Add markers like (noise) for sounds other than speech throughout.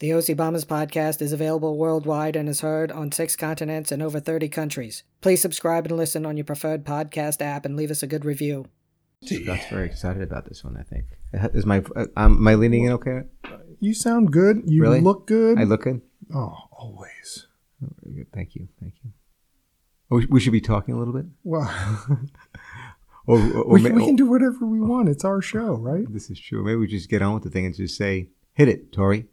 The OC Bombers podcast is available worldwide and is heard on six continents and over 30 countries. Please subscribe and listen on your preferred podcast app and leave us a good review. Scott's very excited about this one. I think is my uh, um, am I leaning in okay? You sound good. You Really? look good. I look good. Oh, always. Oh, very good. Thank you. Thank you. Oh, we- We should be talking a little bit. Well, (laughs) Or, or, or we, may- we can do whatever we want. It's our show, right? This is true. Maybe we just get on with the thing and just say, "Hit it, Tori."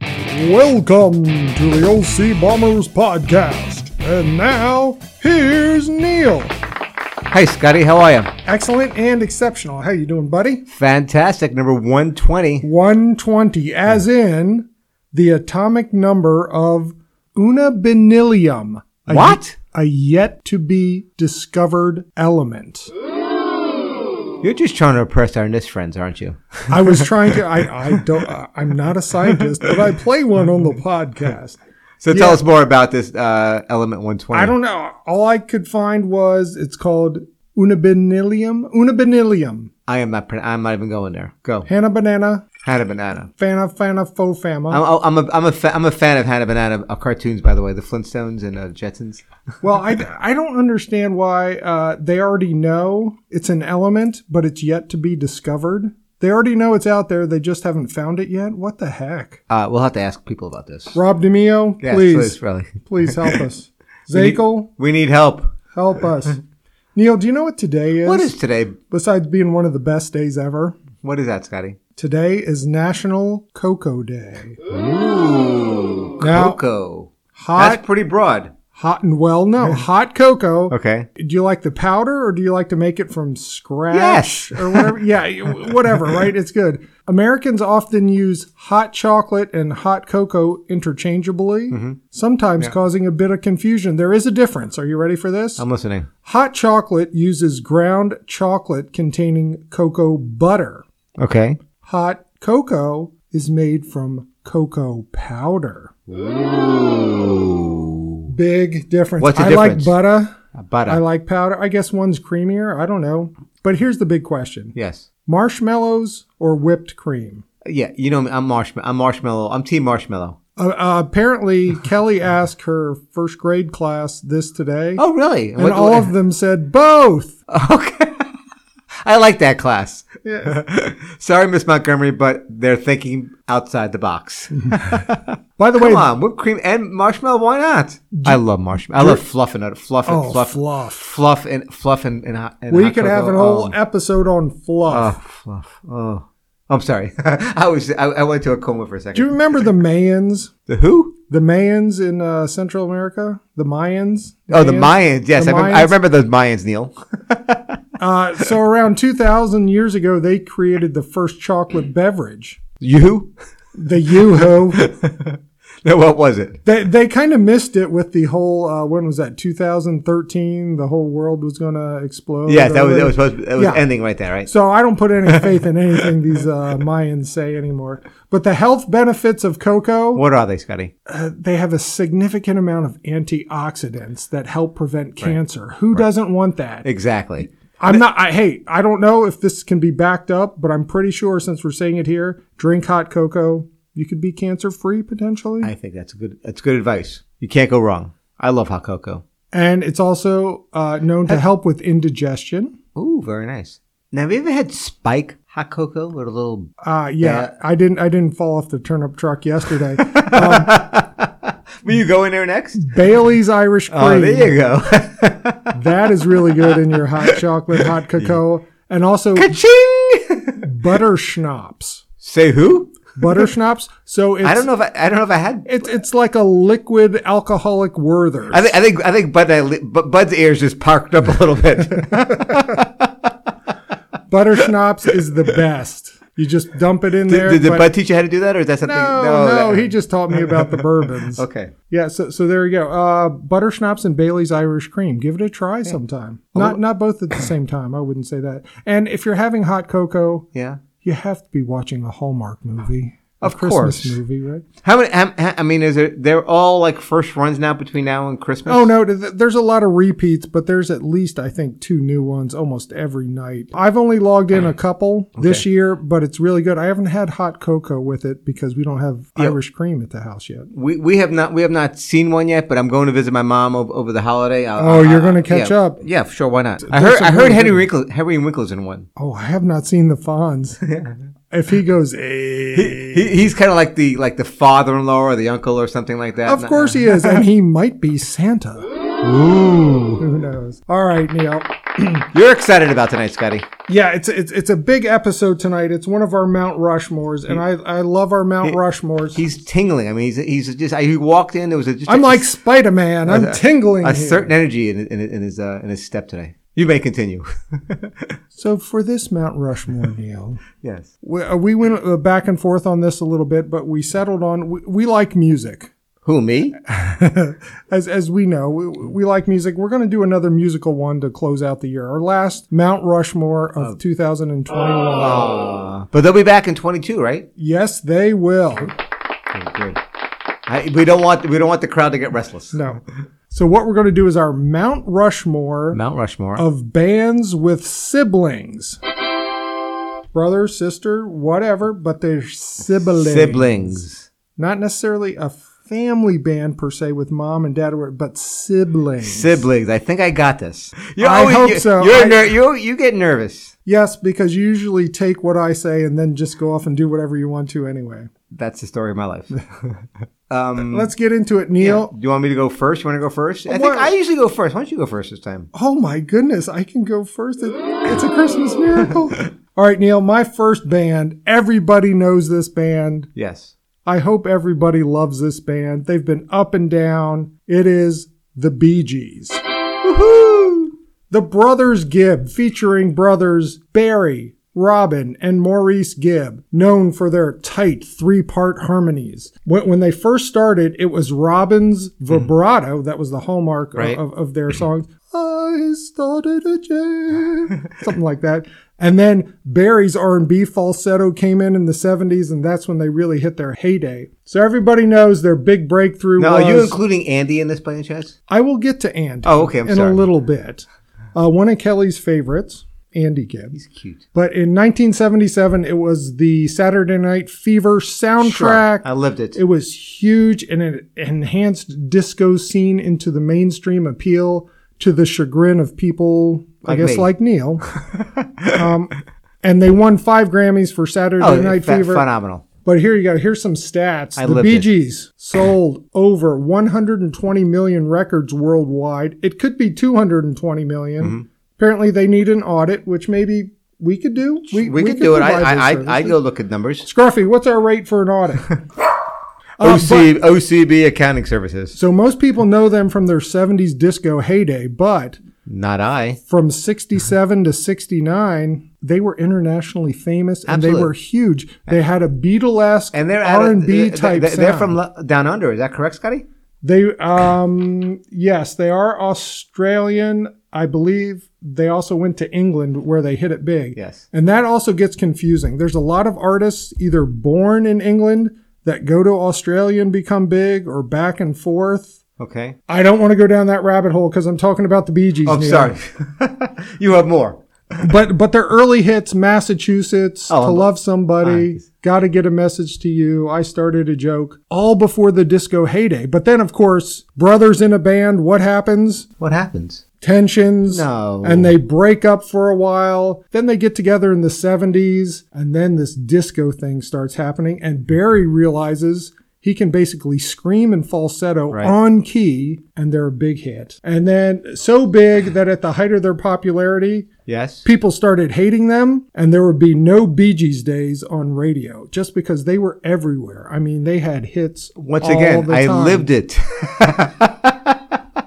Welcome to the OC Bombers podcast. And now, here's Neil. Hi, Scotty. How are you? Excellent and exceptional. How you doing, buddy? Fantastic. Number one twenty. 120, as in the atomic number of unobinilium. a- What? A yet to be discovered element. You're just trying to oppress our NIST friends, aren't you? I was trying to. I, I don't. I- I'm not a scientist, but I play one on the podcast. So tell Yeah. us more about this uh, element one twenty. I don't know. All I could find was it's called unibinilium. Unibinilium. I am not. pro- I'm not even going there. Go. Hannah banana. Hannah Banana. Fana fana fo fama. I'm, I'm a I'm a fa- I'm a fan of Hannah Banana uh, cartoons, by the way, the Flintstones and uh, Jetsons. well, I, I don't understand why uh, they already know it's an element, but it's yet to be discovered. They already know it's out there. They just haven't found it yet. What the heck? Uh, we'll have to ask people about this. Rob DeMeo, Yes, please, please, really. help us. Zakel, (laughs) We need help. help us. Neil, do you know what today is? What is today? Besides being one of the best days ever, What is that, Scotty? today is National Cocoa Day. Ooh, Now- cocoa. Hot, That's pretty broad. hot and well, (laughs) no, hot cocoa. Okay. Do you like the powder or do you like to make it from scratch? Yes. Or whatever. yeah, you- whatever, right? It's good. Americans often use hot chocolate and hot cocoa interchangeably, Mm-hmm. sometimes causing a bit of confusion. There is a difference. Are you ready for this? I'm listening. hot chocolate uses ground chocolate containing cocoa butter. Okay. Hot cocoa is made from cocoa powder. Ooh. Big difference. What's the I difference? like butter. Butter. I like powder. I guess one's creamier. I don't know. But here's the big question yes. marshmallows or whipped cream? Yeah, you know me. I'm marshmallow. I'm marshmallow. I'm team marshmallow. Uh, uh, (laughs) apparently, Kelly asked her first grade class this today. Oh, really? and all of them said both. (laughs) Okay. I like that class. Yeah. (laughs) Sorry, Miss Montgomery, but they're thinking outside the box. By the way, Come on, whipped cream and marshmallow. Why not? I love marshmallow. I love fluff and fluff and Oh, fluff, fluff. fluff and fluff and, and, hot- and we hot could have an cocoa. whole Oh. episode on fluff. Oh, fluff. Oh, I'm sorry. (laughs) I was I, I went to a coma for a Do second. you remember the Mayans? the who? The Mayans in uh, Central America? The Mayans? Oh, the Mayans. Yes, The I, remember, I Mayans. remember the Mayans. Neil. Uh, so around 2,000 years ago, they created the first chocolate beverage, You? the Yoo-Hoo. (laughs) No, what was it? They, they kind of missed it with the whole uh, when was that 2013 the whole world was going to explode. Yes, or that was that whatever. was supposed that was Yeah. ending right there, right? So I don't (laughs) put any faith in anything these uh, Mayans say anymore. But the health benefits of cocoa, What are they, Scotty? uh, they have a significant amount of antioxidants that help prevent cancer. Who doesn't want that? Exactly. I'm not. I hey, I don't know if this can be backed up, but I'm pretty sure since we're saying it here, drink hot cocoa. You could be cancer free potentially. I think that's good. That's good advice. You can't go wrong. I love hot cocoa. and it's also uh, known to help with indigestion. Ooh, very nice. Now, have you ever had spike hot cocoa with a little? Uh, yeah, Yeah. I didn't. I didn't fall off the turnip truck yesterday. (laughs) Will you go in there next? Bailey's Irish Cream. Oh, there you go. (laughs) That is really good in your hot chocolate, hot cocoa, and also Ka-ching! butter schnapps. (laughs) Say who? Butter schnapps. So it's, I don't know if I, I don't know if I had. It's it's like a liquid alcoholic Werther. I think I think I think Bud, but Bud's ears just parked up a little (laughs) bit. butter schnapps is the best. You just dump it in there. Did, did but- Bud teach you how to do that, or is that something? no, no, that- he just taught me about the (laughs) bourbons. okay. Yeah, so so there you go. Uh, butter schnapps and Bailey's Irish cream. Give it a try sometime. Oh. Not not both at the same time. I wouldn't say that. And if you're having hot cocoa, Yeah. you have to be watching a Hallmark movie. Of Christmas course. movie, right? How many? How, how- I mean, is it? They're all like first runs now between now and Christmas. Oh no, th- there's a lot of repeats, but there's at least I think two new ones almost every night. I've only logged (clears throat) in a couple this year, but it's really good. I haven't had hot cocoa with it because we don't have Irish cream at the house yet. We, we have not we have not seen one yet, but I'm going to visit my mom over, over the holiday. i Oh, you're gonna catch yeah. up. Yeah, sure. Why not? I heard some I heard really Henry good- Winkle, Henry Winkle's in one. Oh, I have not seen the Fonz. if he goes, eh. He, he's kind of like the like the father-in-law or the uncle or something like that. Of course he is, and he might be Santa. Ooh. Who knows? All right, Neil. you're excited about tonight, Scotty. Yeah, it's it's it's a big episode tonight. It's one of our Mount Rushmores, and I I love our Mount Rushmores. He's tingling. I mean, he's he's just I, he walked in. There was a, just I'm a- like Spider Man. I'm tingling. a here. certain energy in, in, in his uh, in his step today. You may continue. (laughs) So for this Mount Rushmore, Neil, yes. we, uh, we went uh, back and forth on this a little bit, but we settled on we, we like music. Who me? (laughs) As as we know, we, we like music. We're going to do another musical one to close out the year. Our last Mount Rushmore of 2021. Uh, But they'll be back in 22, right? Yes, they will. Oh, good. I, we don't want we don't want the crowd to get restless. No. So what we're going to do is our Mount Rushmore Mount Rushmore. of bands with siblings. Brother, sister, whatever, but they're siblings. siblings. Not necessarily a family band per se with mom and dad, or- but siblings. Siblings. I think I got this. You I hope so. You're I- ner- you you get nervous. yes, because you usually take what I say and then just go off and do whatever you want to anyway. That's the story of my (laughs) life. um, Mm. Let's get into it, Neil. do you want me to go first? You want to go first? I think What? I usually go first. Why don't you go first this time? Oh my goodness, I can go first. It- It's a Christmas miracle. All right, Neil, my first band. Everybody knows this band. Yes. I hope everybody loves this band. They've been up and down. It is the Bee Gees. Woohoo! The Brothers Gibb, featuring brothers Barry, Robin, and Maurice Gibb, known for their tight three part harmonies. When, when they first started, it was Robin's vibrato that was the hallmark Hmm. of- Right. Hmm. of, of their songs. I started a jam, (laughs) something like that. And then Barry's R&B falsetto came in in the 70s, and that's when they really hit their heyday. So everybody knows their big breakthrough Now, was. are you including Andy in this by any chance? I will get to Andy. Oh, okay, I'm in sorry. a little bit. Uh, one of Kelly's favorites, Andy Gibb. He's cute. But in 1977, it was the Saturday Night Fever soundtrack. I lived it. It was huge and it enhanced disco scene into the mainstream appeal to the chagrin of people, Like I guess, me. (laughs) like Neil. um, and they won five Grammys for Saturday oh, Night ph- Fever. phenomenal. But here you go. Here's some stats. I the lived Bee it. Gees sold over 120 million records worldwide. It could be 220 million. Mm-hmm. Apparently, they need an audit, which maybe we could do. We, could, do it. provide I, I, those I, I services. Uh, go look at numbers. Scruffy, what's our rate for (laughs) an audit? Uh, OC, OCB accounting services. So most people know them from their 70s disco heyday, but Not I. from 67 to 69, they were internationally famous and Absolutely. they were huge. They had a Beatle-esque And they're out of- R&B they- type They, they're sound. from lo- down under. Is that correct, Scotty? They um yes, they are Australian. I believe they also went to England where they hit it big. Yes. And that also gets confusing. There's a lot of artists either born in England that go to Australia and become big or back and forth. Okay. I don't want to go down that rabbit hole because I'm talking about the Bee Gees. Oh, I'm Neil. sorry. (laughs) you have more. but but their early hits, Massachusetts, Oh, to I'm- love somebody, Nice. gotta get a message to you. I started a joke, all before the disco heyday. But then, of course, brothers in a band. What happens? What happens? tensions. No. And they break up for a while. Then they get together in the 70s. And then this disco thing starts happening. And Barry realizes he can basically scream in falsetto Right. on key. And they're a big hit. And then so big that at the height of their popularity, Yes. people started hating them. And there would be no Bee Gees days on radio just because they were everywhere. I mean, they had hits. Once all again, the I time. lived it. (laughs)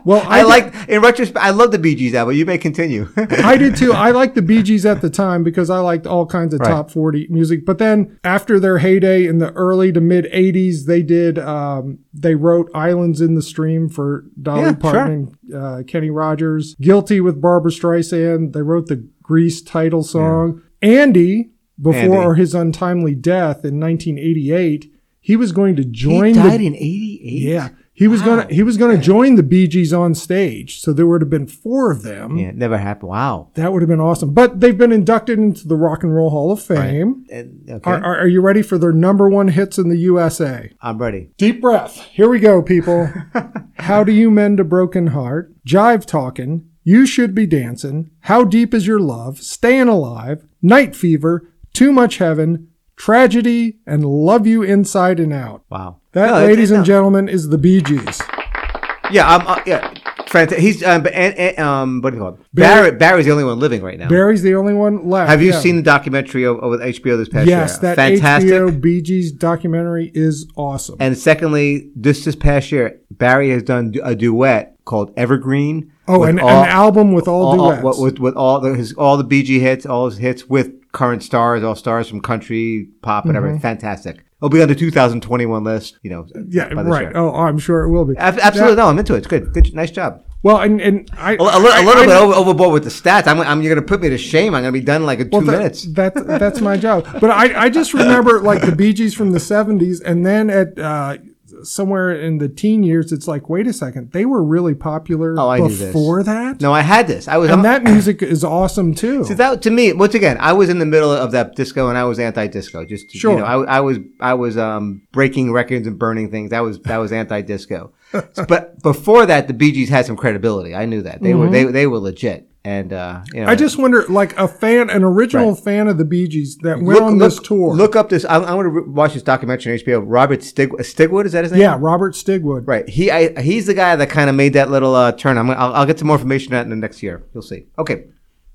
Well, I did- like, in retrospect, I love the Bee Gees album. You may continue. (laughs) I did too. I liked the Bee Gees at the time because I liked all kinds of Right. top 40 music. But then after their heyday in the early to mid 80s, they did, um, they wrote Islands in the Stream for Dolly Yeah, Parton and uh, Kenny Rogers, Guilty with Barbara Streisand. They wrote the Grease title song. Andy before Andy. his untimely death in 1988, he was going to join He died the in '88. yeah he was gonna he was gonna join the Bee Gees on stage. So there would have been four of them. yeah, it never happened. Wow. That would have been awesome. But they've been inducted into the Rock and Roll Hall of Fame. And- okay, Are, are, are you ready for their number one hits in the USA? I'm ready. Deep breath. Here we go, people. (laughs) How do you mend a broken heart? Jive talking. You should be dancing. How deep is your love? Staying alive. Night fever. Too much heaven. Tragedy and love you inside and out. Wow. That, No, it- ladies no. and gentlemen, is the Bee Gees. Yeah, I'm. Uh, yeah, fantastic. He's um, b- and, and, um, what do you call it? Barry- Barry. Barry's the only one living right now. Barry's the only one left. Have you yeah. seen the documentary o- over HBO this past year? Yes, that fantastic. HBO Bee Gees documentary is awesome. And secondly, this this past year, Barry has done du- a duet called Evergreen. oh, with and all- an album with all, all- all- duets. what- with, with all the his all the BG hits, all his hits with current stars, all stars from country, pop, whatever. Mm-hmm. Fantastic. It'll be on the 2021 list, you know. yeah, by this right. year. Oh, I'm sure it will be. Ab- Absolutely, no. I'm into it. It's good. Good. Nice job. Well, and and I A, li- a li- a I- little I- bit over, overboard with the stats. I'm, I'm. You're gonna put me to shame. I'm gonna be done in like in two that- minutes. That's that's my job. But I, (laughs) I just remember like the Bee Gees from the '70s, and then at uh, somewhere in the teen years, it's like, wait a second, they were really popular Oh, I knew this. before that, No, I had this. I was. and that music is awesome too. See, that to me, once again, I was in the middle of that disco, and I was anti-disco. Just to- Sure. you know, I, I was I was um, breaking records and burning things. That was that was (laughs) anti-disco. but before that, the Bee Gees had some credibility. I knew that they were they they were legit, and uh, you know, Mm-hmm. I just wonder, like a fan, an original fan of the Bee Gees that went on this tour. Look up this. I, I want to re- watch this documentary on HBO. Robert Stig, Stigwood is that his name? yeah, Robert Stigwood. Right. He I, he's the guy that kind of made that little uh, turn. I'm gonna, I'll, I'll get some more information on that in the next year. You'll see. Okay.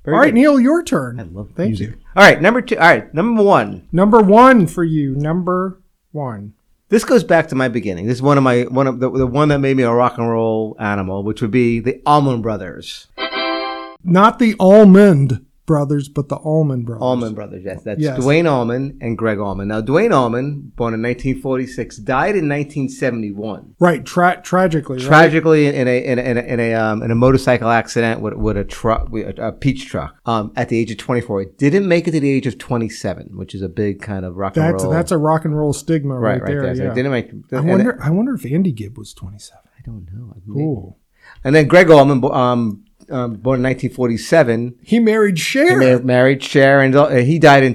Very All right, good. Neil, your turn. I love Thank music. you. All right, number two. All right, number one. Number one for you. Number one. This goes back to my beginning. This is one of my one of the, the one that made me a rock and roll animal, which would be the Allman Brothers. Not the Almond Brothers, but the Almond Brothers. Allman Brothers, yes, that's Yes. Dwayne Allman and Greg Allman. Now, Dwayne Allman, born in 1946, died in 1971. Right, tra- tragically. right? Tragically, in a in a, in a, in a, um, in a motorcycle accident with, with a truck, with a, a peach truck, um, at the age of 24. It didn't make it to the age of 27, which is a big kind of rock and That's roll. that's a rock and roll stigma right, right, right there. there. So it yeah. didn't make. I and- wonder. I wonder if Andy Gibb was 27. I don't know. Ooh. And then Greg Allman, bo- um, um, born in 1947, He married Cher. and they married Cher, and uh, he died in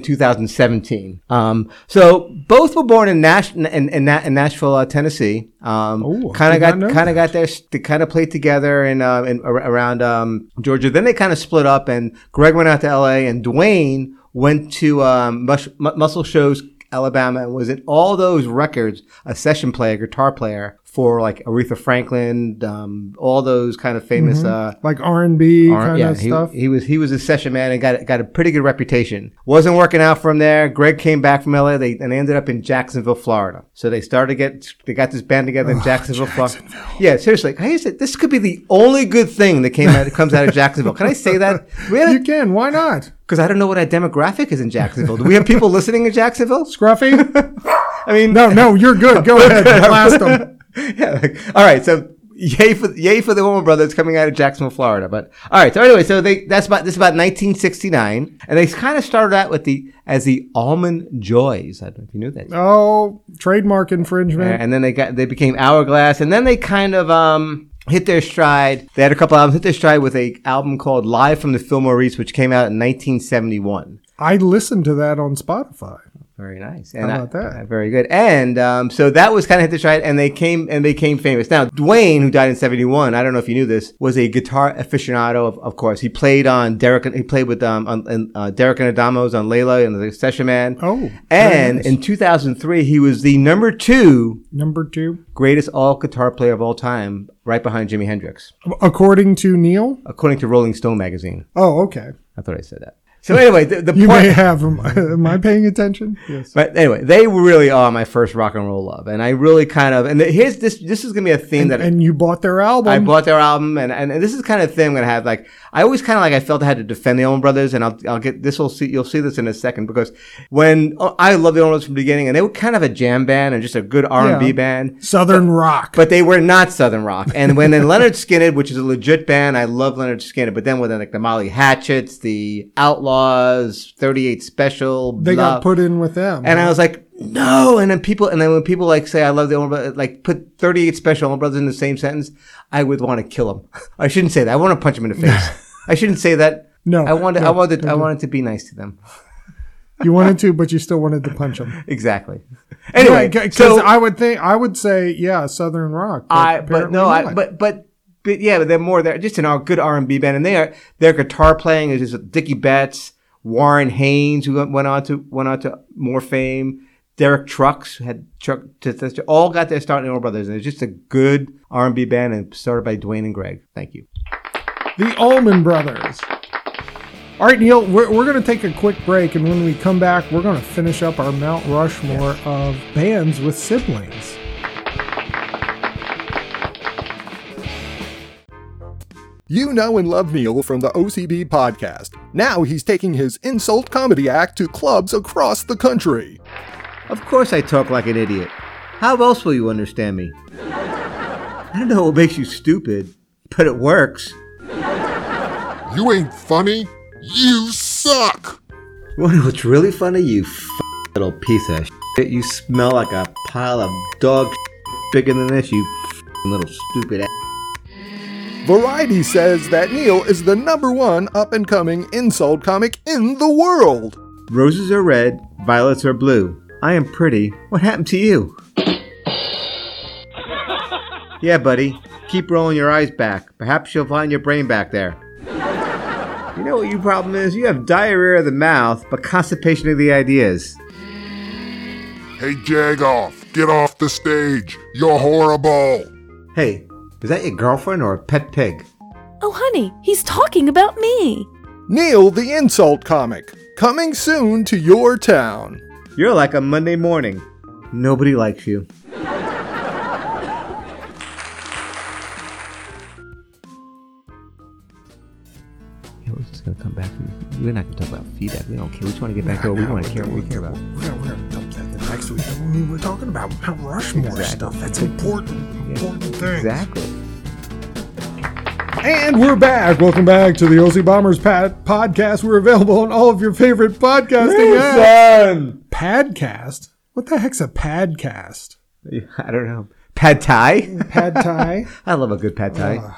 2017. Um, so both were born in Nash in, in, Na- in Nashville, uh, Tennessee. Oh, Um, I kind did of not know got kind of got their they kind of played together and uh, in, ar- around um, Georgia. Then they kind of split up, and Greg went out to L.A. and Dwayne went to um, mus- mu- Muscle Shows. Alabama and was in all those records a session player, guitar player for like Aretha Franklin, um, all those kind of famous uh, like R and B Ar- kind yeah, of he, stuff. he was he was a session man and got got a pretty good reputation. Wasn't working out from there. Greg came back from LA. They and they ended up in Jacksonville, Florida. So they started to get they got this band together Oh, in Jacksonville, Florida. Yeah, seriously. I used to, this could be the only good thing that came out comes out of Jacksonville. Can I say (laughs) that? We you had can. Why not? because I don't know what our demographic is in Jacksonville. Do we have people listening in Jacksonville? Scruffy. I mean, (laughs) no, no, you're (laughs) good. Go ahead. (laughs) Blast them. yeah, like, all right. So yay for yay for the Woman Brothers coming out of Jacksonville, Florida. But all right. So anyway, so they that's about this is about 1969, and they kind of started out with the as the Almond Joys. I don't know if you knew that. Oh, trademark infringement. And then they got they became Hourglass, and then they kind of um hit their stride. They had a couple albums hit their stride with a album called Live from the Fillmore East, which came out in 1971. I listened to that on Spotify. Very nice. And How about I- that? uh, very good. And um, so that was kind of hit the stride, and they came and they came famous. Now Dwayne, who died in '71, I don't know if you knew this, was a guitar aficionado. Of, of course, he played on Derek. He played with um on, on, uh, Derek and Adamo's on Layla and the Session Man. Oh, and in 2003, he was the number two Number two, greatest all guitar player of all time, right behind Jimi Hendrix, according to Neil. according to Rolling Stone magazine. Oh, okay. I thought I said that. So anyway, the, the You point. may have. Am, am I paying attention? Yes. But anyway, they really are my first rock and roll love, and I really kind of and here's this. This is gonna be a theme that And um, you bought their album. I bought their album, and, and, and this is kind of thing I'm gonna have. Like I always kind of like I felt I had to defend the Allman Brothers, and I'll I'll get this. will see you'll see this in a second because when oh, I love the Allman Brothers from the beginning, and they were kind of a jam band and just a good R and Yeah. B band. Southern rock. But they were not Southern rock. And when then (laughs) Leonard Skinner, which is a legit band, I love Leonard Skinner. But then with like the Molly Hatchets, the Outlaws, 38 Special. They blah. got put in with them. And I was like, no. And then people, and then when people like say, I love the Allman Brothers, like put 38 Special Allman Brothers in the same sentence, I would want to kill them. (laughs) I shouldn't say that. I want to punch them in the (laughs) face. I shouldn't say that. no, I wanted, no, I wanted, don't I do it. wanted to be nice to them. (laughs) You wanted to, but you still wanted to punch them. Exactly. Anyway, because so I would think I would say yeah, Southern rock. I, but apparently no, I, not. but but but yeah, but they're more they're just an all good R and B band, and they are their guitar playing is just Dickie Betts, Warren Haynes, who went- went on to went on to more fame. Derek Trucks had Chuck, t- t- t- all got their start in Allman Brothers, and it's just a good R and B band, and started by Dwayne and Greg. Thank you. the Allman Brothers. All right, Neil, we're, we're going to take a quick break, and when we come back, we're going to finish up our Mount Rushmore of bands with siblings. You know and love Neil from the OCB podcast. Now he's taking his insult comedy act to clubs across the country. Of course, I talk like an idiot. How else will you understand me? I don't know what makes you stupid, but it works. You ain't funny. You suck. Wonder what's really funny, you f- little piece of shit. You smell like a pile of dog shit bigger than this, you f- little stupid ass. Variety says that Neil is the number one up and coming insult comic in the world. Roses are red, violets are blue. I am pretty. What happened to you? yeah, buddy. Keep rolling your eyes back. Perhaps you'll find your brain back there. You know what your problem is? You have diarrhea of the mouth, but constipation of the ideas. Hey, Jagoff, get off the stage. You're horrible. Hey, is that your girlfriend or a pet pig? Oh, honey, he's talking about me. Neil the insult comic, coming soon to your town. You're like a Monday morning. Nobody likes you. We're just gonna come back. We- We're not gonna talk about feedback. We don't care. We just want to get back to what we want to care. What we care about. We're going to dump that the next week. I mean, we're talking about Mount Rushmore stuff. That's important, Exactly. And we're back. Welcome back to the OC Bombers Pad podcast. We're available on all of your favorite podcasting apps. Padcast? What the heck's a padcast? (laughs) I don't know. Pad Thai. (laughs) Pad Thai? I love a good Pad Thai.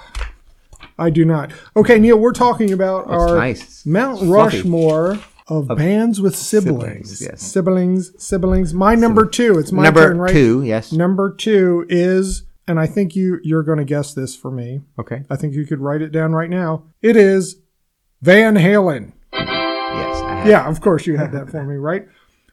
I do not. Okay, Neil, we're talking about our nice. It's Mount fluffy. Rushmore of, bands with siblings. siblings, yes. Siblings, siblings. My number two. It's my Number turn, right? two. Yes. Number two is, and I think you you're going to guess this for me. Okay. I think you could write it down right now. It is Van Halen. Yes. I have. Yeah, of course you had that for me, right?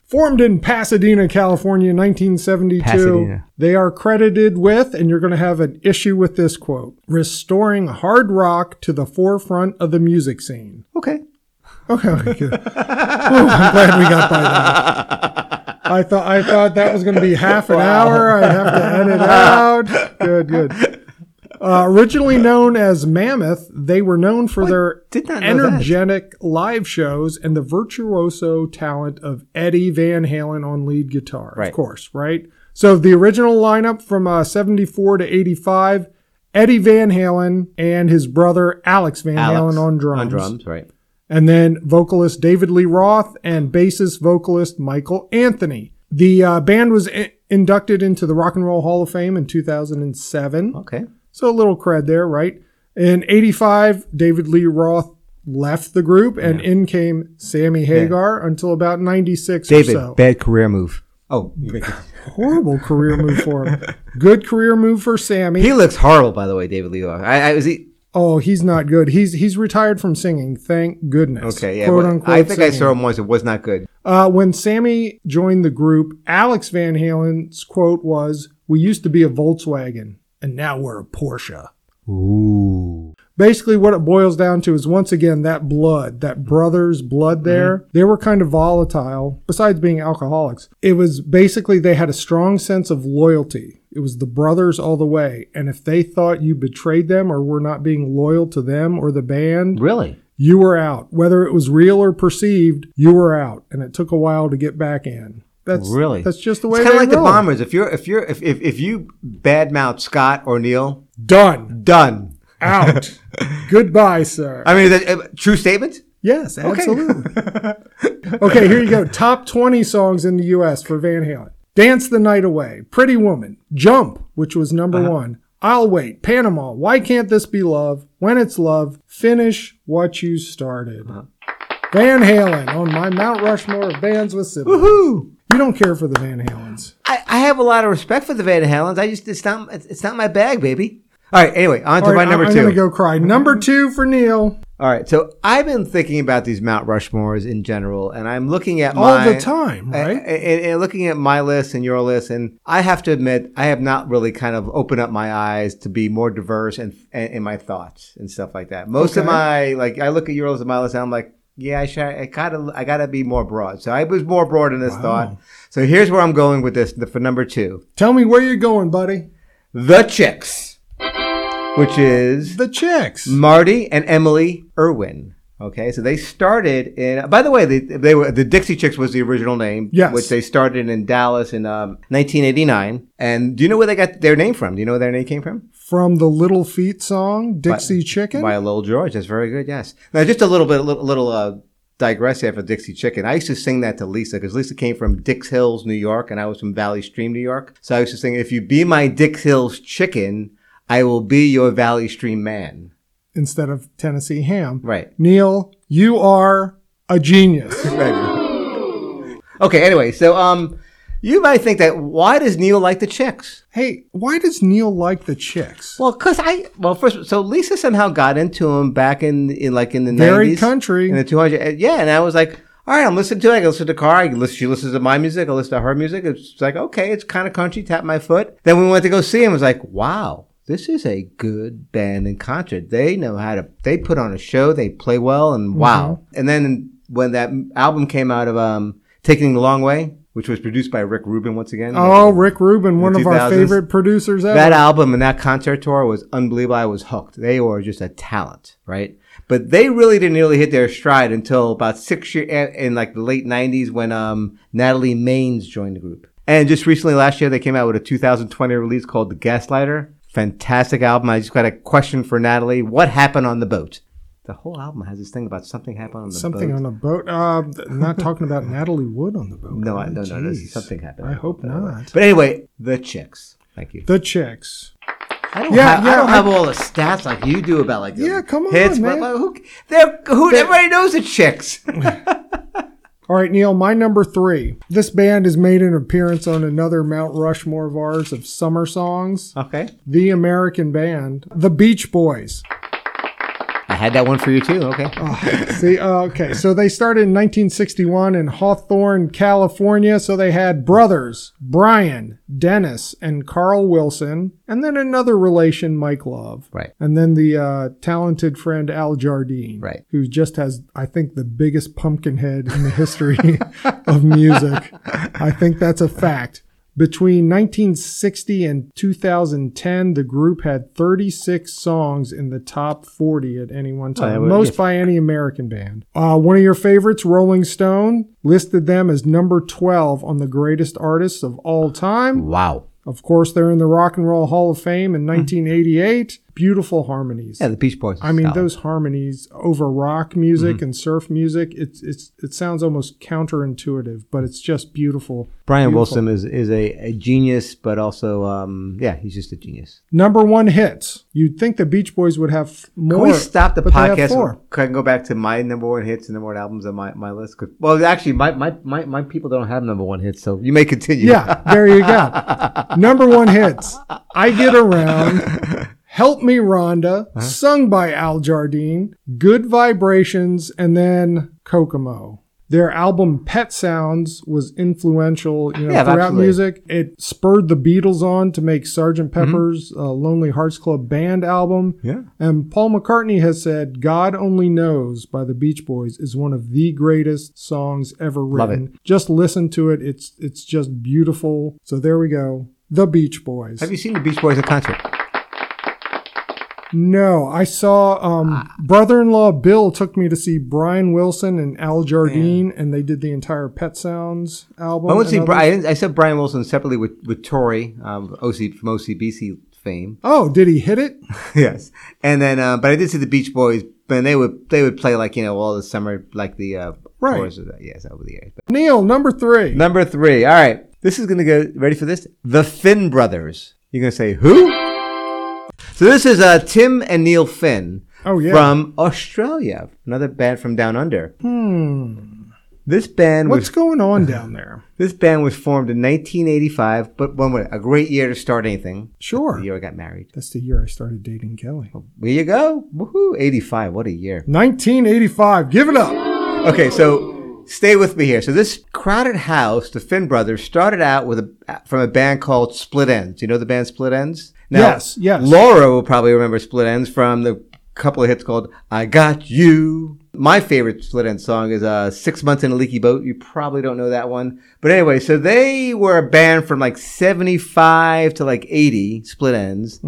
Formed in Pasadena, California, 1972. Pasadena. They are credited with, and you're going to have an issue with this quote restoring hard rock to the forefront of the music scene. Okay. Okay, okay, good. Oh, I'm glad we got by that. I thought I thought that was going to be half an hour. I have to edit out. Good, good. Uh, originally known as Mammoth, they were known for their Oh, Did not know that. energetic live shows and the virtuoso talent of Eddie Van Halen on lead guitar. Right. Of course, right? So the original lineup from uh, 74 to 85, Eddie Van Halen and his brother Alex Van Alex Halen on drums On drums. Right. and then vocalist David Lee Roth and bassist vocalist Michael Anthony. The uh, band was i- inducted into the Rock and Roll Hall of Fame in 2007. Okay. So a little cred there, right? In 85, David Lee Roth left the group and in came Sammy Hagar until about 96 David, or so. bad career move. Oh, you make it- (laughs) Horrible career move for him. Good career move for Sammy. he looks horrible, by the way, David Lee. Roth. I, I was he, oh, he's not good. He's he's retired from singing. Thank goodness. okay. Yeah, Quote well, unquote I think I singing. saw him once. It was not good. Uh, when Sammy joined the group, Alex Van Halen's quote was, We used to be a Volkswagen, and now we're a Porsche. Ooh. Basically, what it boils down to is once again that blood, that brother's blood there. They were kind of volatile, besides being alcoholics. It was basically they had a strong sense of loyalty. It was the brothers all the way. And if they thought you betrayed them or were not being loyal to them or the band, Really? you were out. Whether it was real or perceived, you were out, and it took a while to get back in. That's Really? That's just the way It's they kind of like the roll. Bombers. If you're if you're if if, if you badmouth Scott or Neil, Done. done. (laughs) Out. Goodbye, sir. I mean, is that a uh, true statement? Yes, absolutely. (laughs) Okay. here you go. Top 20 songs in the US for Van Halen. Dance the Night Away, Pretty Woman, Jump, which was number Uh-huh. 1. I'll Wait, Panama, Why Can't This Be Love? When It's Love, Finish What You Started. Uh-huh. Van Halen on my Mount Rushmore of bands with siblings. Woohoo! You don't care for the Van Halens. I, I have a lot of respect for the Van Halens. I just it's not it's, it's not my bag, baby. All right. Anyway, on to All my right, number I'm 2 gonna go cry. Number two for Neil. All right. So I've been thinking about these Mount Rushmores in general, and I'm looking at All my- the time, I- right? I- and, and looking at my list and your list, and I have to admit, I have not really kind of opened up my eyes to be more diverse and in, in my thoughts and stuff like that. Most of Okay. my like, I look at your list and my list, and I'm like, yeah, I should, I gotta, I gotta be more broad. So I was more broad in this thought. So here's where I'm going with this for number two: Tell me where you're going, buddy. the chicks, which is The chicks. Mm. Marty and Emily Irwin. Okay, so they started in. By the way, they, they were the Dixie Chicks was the original name, Yes. which they started in Dallas in um, 1989. And do you know where they got their name from? Do you know where their name came from? From the Little Feet song, Dixie Chicken. By Lil George. That's very good. Yes. Now, just a little bit, a little, little uh, digress here for Dixie Chicken. I used to sing that to Lisa because Lisa came from Dix Hills, New York, and I was from Valley Stream, New York. So I used to sing, "If you be my Dix Hills chicken, I will be your Valley Stream man." instead of Tennessee ham. Right. Neil, you are (laughs) a genius. Okay, anyway, so um you might think that why does Neil like the chicks? hey, why does Neil like the chicks? Well, cuz I well first so Lisa somehow got into him back in in like in the Very 90s country. in the 200 and- yeah, and I was like all right, I'm listening to it. I can listen to car. I can listen, she listens to my music. I listen to her music. It's like, okay, it's kind of country. Tap my foot. Then we went to go see him. It was like, wow, this is a good band and concert. They know how to. They put on a show. They play well, Mm-hmm. and wow. And then when that album came out of um, Taking the Long Way, which was produced by Rick Rubin once again. oh, Rick Rubin, one the of our 2000s. favorite producers ever. That album and that concert tour was unbelievable. I was hooked. They were just a talent, right? But they really didn't really hit their stride until about six year in like the late '90s when um, Natalie Maines joined the group. And just recently, last year, they came out with a 2020 release called "The Gaslighter." Fantastic album. I just got a question for Natalie: What happened on the boat? The whole album has this thing about something happened on the Something boat. on a boat. Uh, I'm not (laughs) talking about Natalie Wood on the boat. no, I, right? no, no, no. Jeez. Something happened. I hope not. But anyway, the chicks. Thank you. The chicks. I don't, Yeah, have, yeah, I don't I- have all the stats like you do about like Yeah, the come on, hits, man. But like, who, they're, who everybody knows the chicks. All right, Neil, my number three. This band has made an appearance on another Mount Rushmore of ours of summer songs. (laughs) okay, The American band, The Beach Boys. I had that one for you too. Okay, See, uh, okay, so they started in 1961 in Hawthorne, California. So they had brothers Brian, Dennis, and Carl Wilson, and then another relation, Mike Love, Right. and then the uh, talented friend Al Jardine, Right. who just has, I think, the biggest pumpkin head in the history (laughs) of music. I think that's a fact. Between 1960 and 2010, the group had 36 songs in the top 40 at any one time, that would- most by any American band. Uh, one of your favorites, Rolling Stone, listed them as number 12 on the greatest artists of all time. wow. Of course, they're in the Rock and Roll Hall of Fame in 1988. Beautiful harmonies. Hmm. Yeah, the Beach Boys. I mean, style. those harmonies over rock music Hmm. and surf music, it's, it's, it sounds almost counterintuitive, but it's just beautiful. Brian beautiful. Wilson is is a, a genius, but also um, yeah, he's just a genius. Number one hits. You'd think the Beach Boys would have f- more. Can we stop the but they have podcast? four. Can I go back to my number one hits and number one albums on my, my list? 'Cause- Well, actually, my, my, my, my people don't have number one hits, so you may continue. Yeah, there you go. Number one hits. I Get Around, Help Me Rhonda, Uh-huh. sung by Al Jardine, Good Vibrations, and then Kokomo. Their album Pet Sounds was influential, you know, Yeah, throughout absolutely. Mm-hmm. music. It spurred the Beatles on to make Sgt. Pepper's uh, Lonely Hearts Club Band album. Yeah. And Paul McCartney has said God Only Knows by the Beach Boys is one of the greatest songs ever Love it. written. Just listen to it. It's it's just beautiful. So there we go. The Beach Boys. Have you seen the Beach Boys in concert? no, I saw um, Ah. brother-in-law Bill took me to see Brian Wilson and Al Jardine, and they did the entire Pet Sounds album. I went to see and Brian. I, others. didn't- I said Brian Wilson separately with with Tori um, OC from OCBC fame. (laughs) Oh, did he hit it? yes, and then uh, but I did see the Beach Boys But they would they would play like you know all the summer like the uh, Right. chorus of that. Yes, over the air. Neil, number three. Number three. All right, this is gonna go. Ready for this? The Finn brothers. You're gonna say who? So this is uh, Tim and Neil Finn. Oh, yeah. From Australia, another band from down under. Hmm. This band was What's going on down there? this band was formed in 1985, but one way, a great year to start anything. Sure. The year I got married. That's the year I started dating Kelly. There you go. Woohoo! 85. What a year. 1985. Give it up. Okay, so stay with me here. So this crowded house, the Finn brothers, started out with a from a band called Split Ends. You know the band Split Ends? Yes, yes. Laura will probably remember Split Ends from the couple of hits called "I Got You." My favorite Split Ends song is uh, Six Months in a Leaky Boat." You probably don't know that one, but anyway, so they were a band from like '75 to like '80. Split Ends.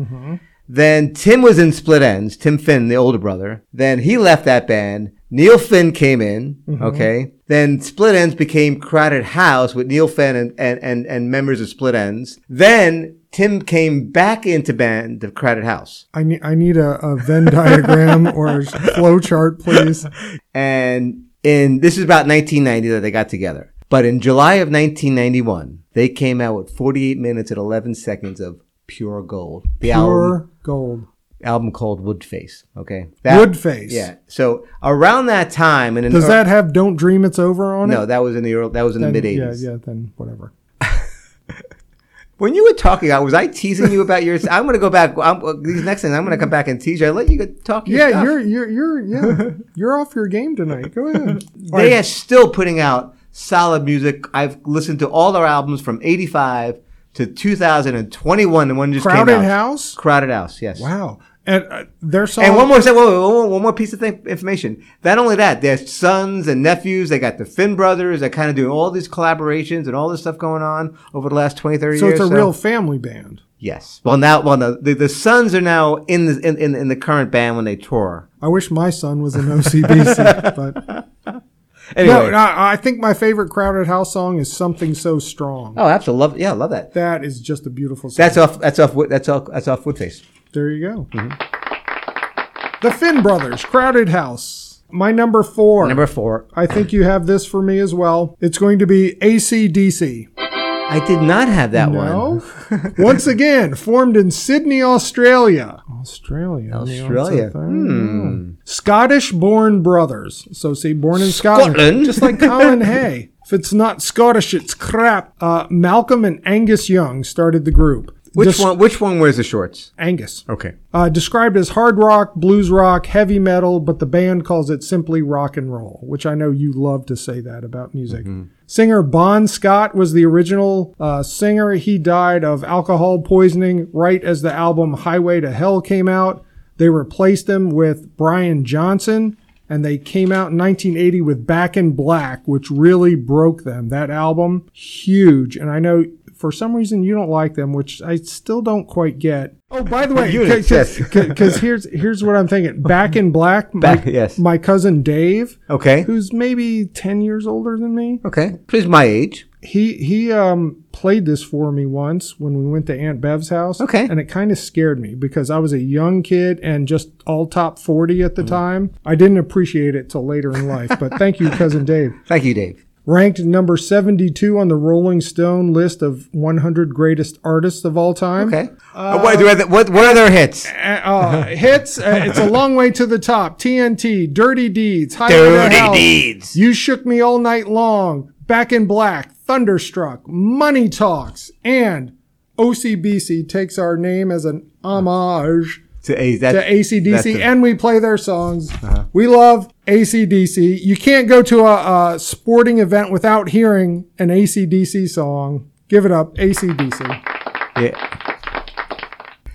Then Tim was in Split Ends, Tim Finn, the older brother. Then he left that band. Neil Finn came in, Mm-hmm. okay? Then Split Ends became Crowded House with Neil Finn and, and, and, and members of Split Ends. Then Tim came back into band of Crowded House. I need I need a, a Venn diagram or a flow (laughs) chart, please. And in this is about 1990 that they got together. But in July of 1991, they came out with 48 minutes and 11 seconds of Pure Gold. The album, Pure gold. album called Woodface, okay? Woodface. Yeah. So around that time, and in Does that have "Don't Dream It's Over" on no, it? that was in the early, that was in the Then- mid Yeah, '80s. yeah. Then whatever. When you were talking, I was I teasing you about your. I'm going to go back. I'm, uh, these next things, I'm going to come back and tease you. I let you get- talk. Your Yeah, stuff. you're you're you're (laughs) yeah. you're off your game tonight. Go ahead. All They right. are still putting out solid music. I've listened to all their albums from '85 to 2021, and one just Crowded came out. House. Crowded House. Yes. Wow. And uh, their song. And one more, se- whoa, whoa, whoa, one more piece of thing, information. Not only that, their sons and nephews, they got the Finn brothers. They're kind of doing all these collaborations and all this stuff going on over the last 20, 30 So years. it's a real family band. Yes. Well, now, well, no, the, the sons are now in the in, in, in the current band when they tour. I wish my son was (laughs) an OCBC, but Anyway. no, no, I think my favorite Crowded House song is "Something So Strong." Oh, absolutely. Love, yeah, love that. That is just a beautiful song. That's off. That's off. Wood- That's off. That's off. Woodface. There you go. Mm-hmm. The Finn Brothers, Crowded House. My number four. Number four. I think you have this for me as well. It's going to be ACDC. I did not have that No. (laughs) one. Once again, formed in Sydney, Australia. Australia. Australia. Hmm. Scottish born brothers. So, see, born in Scotland. Scotland. Just like (laughs) Colin Hay. If it's not Scottish, it's crap. Uh, Malcolm and Angus Young started the group. (laughs) Which Des- one? Which one wears the shorts? Angus. Okay. Uh, described as hard rock, blues rock, heavy metal, but the band calls it simply rock and roll, which I know you love to say that about music. Singer Bon Scott was the original uh, singer. He died of alcohol poisoning right as the album Highway to Hell came out. They replaced him with Brian Johnson, and they came out in 1980 with Back in Black, which really broke them. That album, huge. And I know for some reason you don't like them, which I still don't quite get. Oh, by the way, Units, yes. because here's here's what I'm thinking. Back in Black, my, Back- yes. my cousin Dave, Okay. who's maybe ten years older than me, Okay. He's my age. he he um played this for me once when we went to Aunt Bev's house. Okay. and it kind of scared me because I was a young kid and just all top forty at the time. I didn't appreciate it till later in life, but thank you, cousin Dave. Thank you, Dave. Ranked number seventy-two on the Rolling Stone list of one hundred greatest artists of all time. Okay. Uh, what, do I- what, what are their hits? uh, hits. Uh, it's a long way to the top. TNT, Dirty Deeds, High Dirty Hell, Deeds. You shook me all night long. Back in Black, Thunderstruck, Money Talks, and OCBC takes our name as an homage To, A- that- to ACDC, that's Uh-huh. the- and we play their songs. We love ACDC. You can't go to a, a sporting event without hearing an ACDC song. Give it up, ACDC. yeah.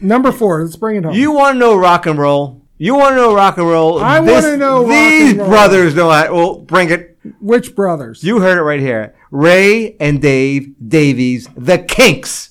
Number four, let's bring it home. You want to know rock and roll? You want to know rock and roll? I This- wanna know rock These and roll. brothers know how. Well, bring it. Which brothers? You heard it right here. Ray and Dave Davies, the Kinks.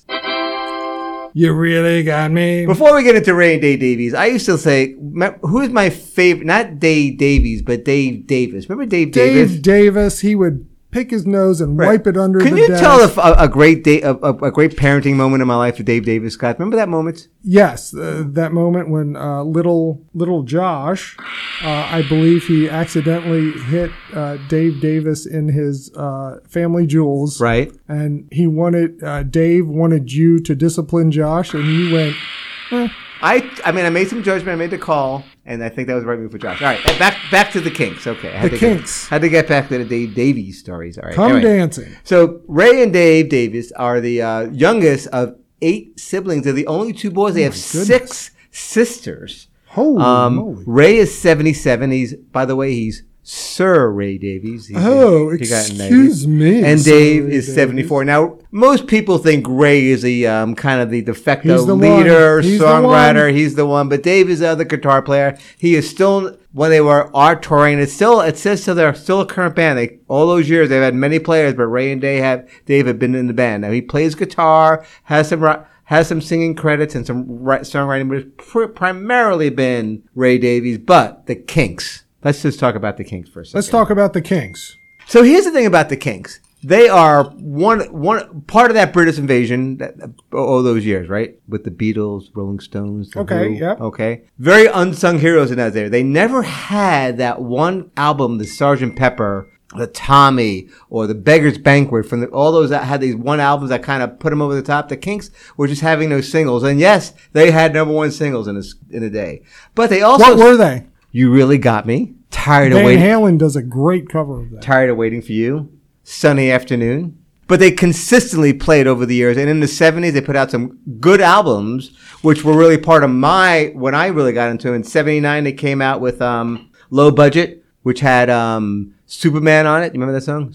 You really got me. Before we get into Ray and Dave Davies, I used to say, me- who's my favorite? Not Dave Davies, but Dave Davis. Remember Dave, Dave Davis? Davis, he would pick his nose and Right. wipe it under Can the you desk. tell if a, a great day, a, a, a great parenting moment in my life for Dave Davis Scott? Remember that moment? Yes, uh, that moment when uh, little little Josh, uh, I believe he accidentally hit uh, Dave Davis in his uh, family jewels, Right. And he wanted uh, Dave wanted you to discipline Josh, and you went. I, I mean, I made some judgment. I made the call, and I think that was the right move for Josh. All right, and back back to the Kinks. Okay, I had The to get- Kinks. had to get back to the Dave Davies stories. All right, Come anyway. dancing. So Ray and Dave Davis are the uh, youngest of eight siblings. They're the only two boys. They have six sisters. Oh Holy Um, moly! Ray is seventy-seven. He's by the way, he's Sir Ray Davies. He- Oh, he got knighted. excuse me, And Sir Dave Ray is Davies. seventy-four. Now, most people think Ray is the um, kind of the de facto He's the one. leader, He's the songwriter. He's the one, but Dave is the other guitar player. He is still when they were art touring. It's still it says so they're still a current band. They all those years they've had many players, but Ray and Dave have Dave have been in the band. Now he plays guitar, has some ro- has some singing credits and some ri- songwriting, but it's pr- primarily been Ray Davies. But the Kinks. Let's just talk about the Kinks for a second. Let's talk about the Kinks. So here's the thing about the Kinks. They are one one part of that British invasion that, all those years, right? With the Beatles, Rolling Stones. the Okay, Who, yep. Okay. Very unsung heroes in that there. They never had that one album, the Sgt. Pepper, the Tommy, or the Beggar's Banquet. From the, all those that had these one albums that kind of put them over the top. The Kinks were just having those singles, and yes, they had number one singles in a s- in a day. But they also What were they? you really got me tired of Van waiting Halen does a great cover of that. tired of waiting for you, sunny afternoon. But they consistently played over the years, and in the '70s they put out some good albums, which were really part of my when I really got into. it. In '79 they came out with um, low budget, which had um, Superman on it. You remember that song,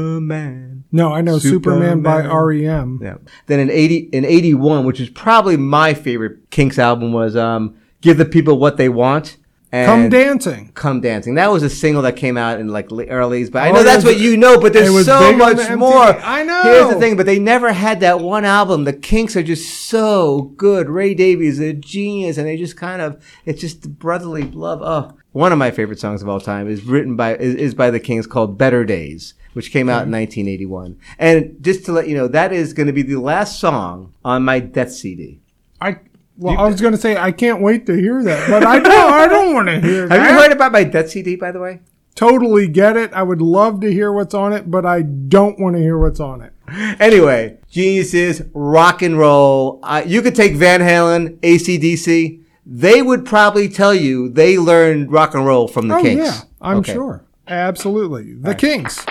Superman? No, I know Superman, by E Superman. REM. Yeah. Then in eighty in eighty one, which is probably my favorite Kinks album, was um, "Give the People What They Want." And Come dancing. Come Dancing. That was a single that came out in like earlies, but I Oh, know it that's was- what you know, but it there's was so big on much the MTV. more. I know. Here's the thing, but they never had that one album. The Kinks are just so good. Ray Davies is a genius, and they just kind of, it's just the brotherly love. Oh, one of my favorite songs of all time is written by, is, is by the Kinks called Better Days, which came out in 1981. And just to let you know, that is going to be the last song on my Death CD. I well, I was going to say I can't wait to hear that, but (laughs) I don't. I don't want to hear that. Have you heard about my Death CD, by the way? totally get it. I would love to hear what's on it, but I don't want to hear what's on it. Anyway, geniuses, rock and roll. Uh, you could take Van Halen, ACDC. They would probably tell you they learned rock and roll from the oh Kinks. yeah, I'm Okay. sure. Absolutely, the Kinks.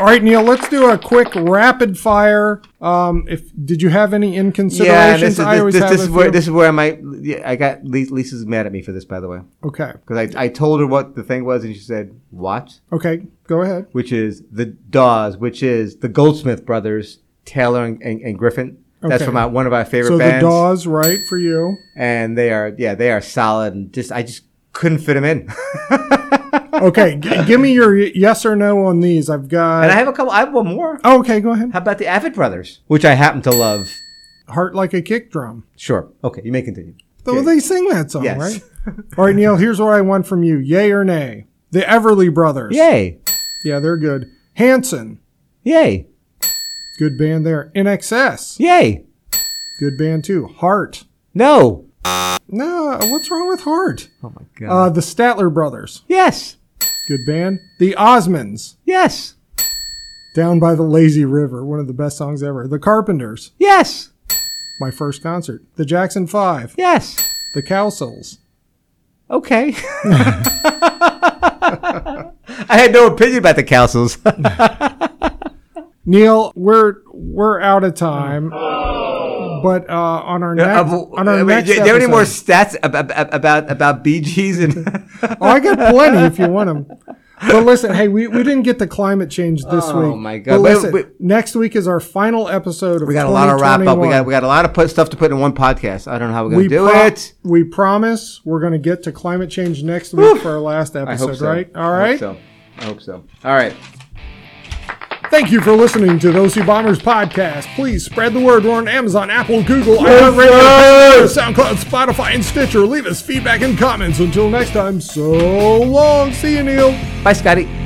All right, Neil. Let's do a quick rapid fire. Um, if did you have any Yeah, and inconsiderations? this is, I this, always this, have this a is where few. this is where I might. Yeah, I got Lis- Lisa's mad at me for this, by the way, okay. because I, I told her what the thing was, and she said what, Okay. Go ahead. which is the Dawes, which is the Goldsmith brothers, Taylor and, and, and Griffin. That's Okay. from our, one of our favorite So bands. the Dawes, right for you. and they are yeah, they are solid. And just I just couldn't fit them in. (laughs) Okay, g- give me your y- yes or no on these. I've got. And I have a couple. I have one more. oh, okay, go ahead. How about the Avid Brothers, which I happen to love? Heart like a kick drum. Sure. Okay, you may continue. Though Okay. they sing that song, Yes. right? (laughs) All right, Neil. Here's what I want from you: yay or nay? The Everly Brothers. Yay! Yeah, they're good. Hanson, Yay! good band there. NXS, Yay! good band too. Heart. No. No, what's wrong with Heart? Oh my God. Uh, the Statler Brothers, yes. good band. The Osmonds, Yes. Down by the Lazy River, one of the best songs ever. The Carpenters, Yes. my first concert. The Jackson Five, Yes. the Cowsills. Okay. (laughs) I had no opinion about the (laughs) castles. Neil, we're we're out of time. Oh. But uh, on our next on our next do you have any more episode- stats about about, about BGs and? oh, I got plenty if you want them. But listen, hey, we, we didn't get to climate change this Oh, week. my God. But Wait, listen, wait. next week is our final episode (laughs) of we got a lot of wrap up. We got we 2021. got a lot of put stuff to put in one podcast. I don't know how we're gonna do pro- it. We promise we're going to get to climate change next week for our last I episode, hope so. right? All I right. hope so. I hope so. All right. Thank you for listening to Those Who Bombers podcast. Please spread the word. We're on Amazon, Apple, Google, iHeartRadio, SoundCloud, Spotify, and Stitcher. Leave us feedback and comments. Until next time, so long. See you, Neil. Bye, Scotty.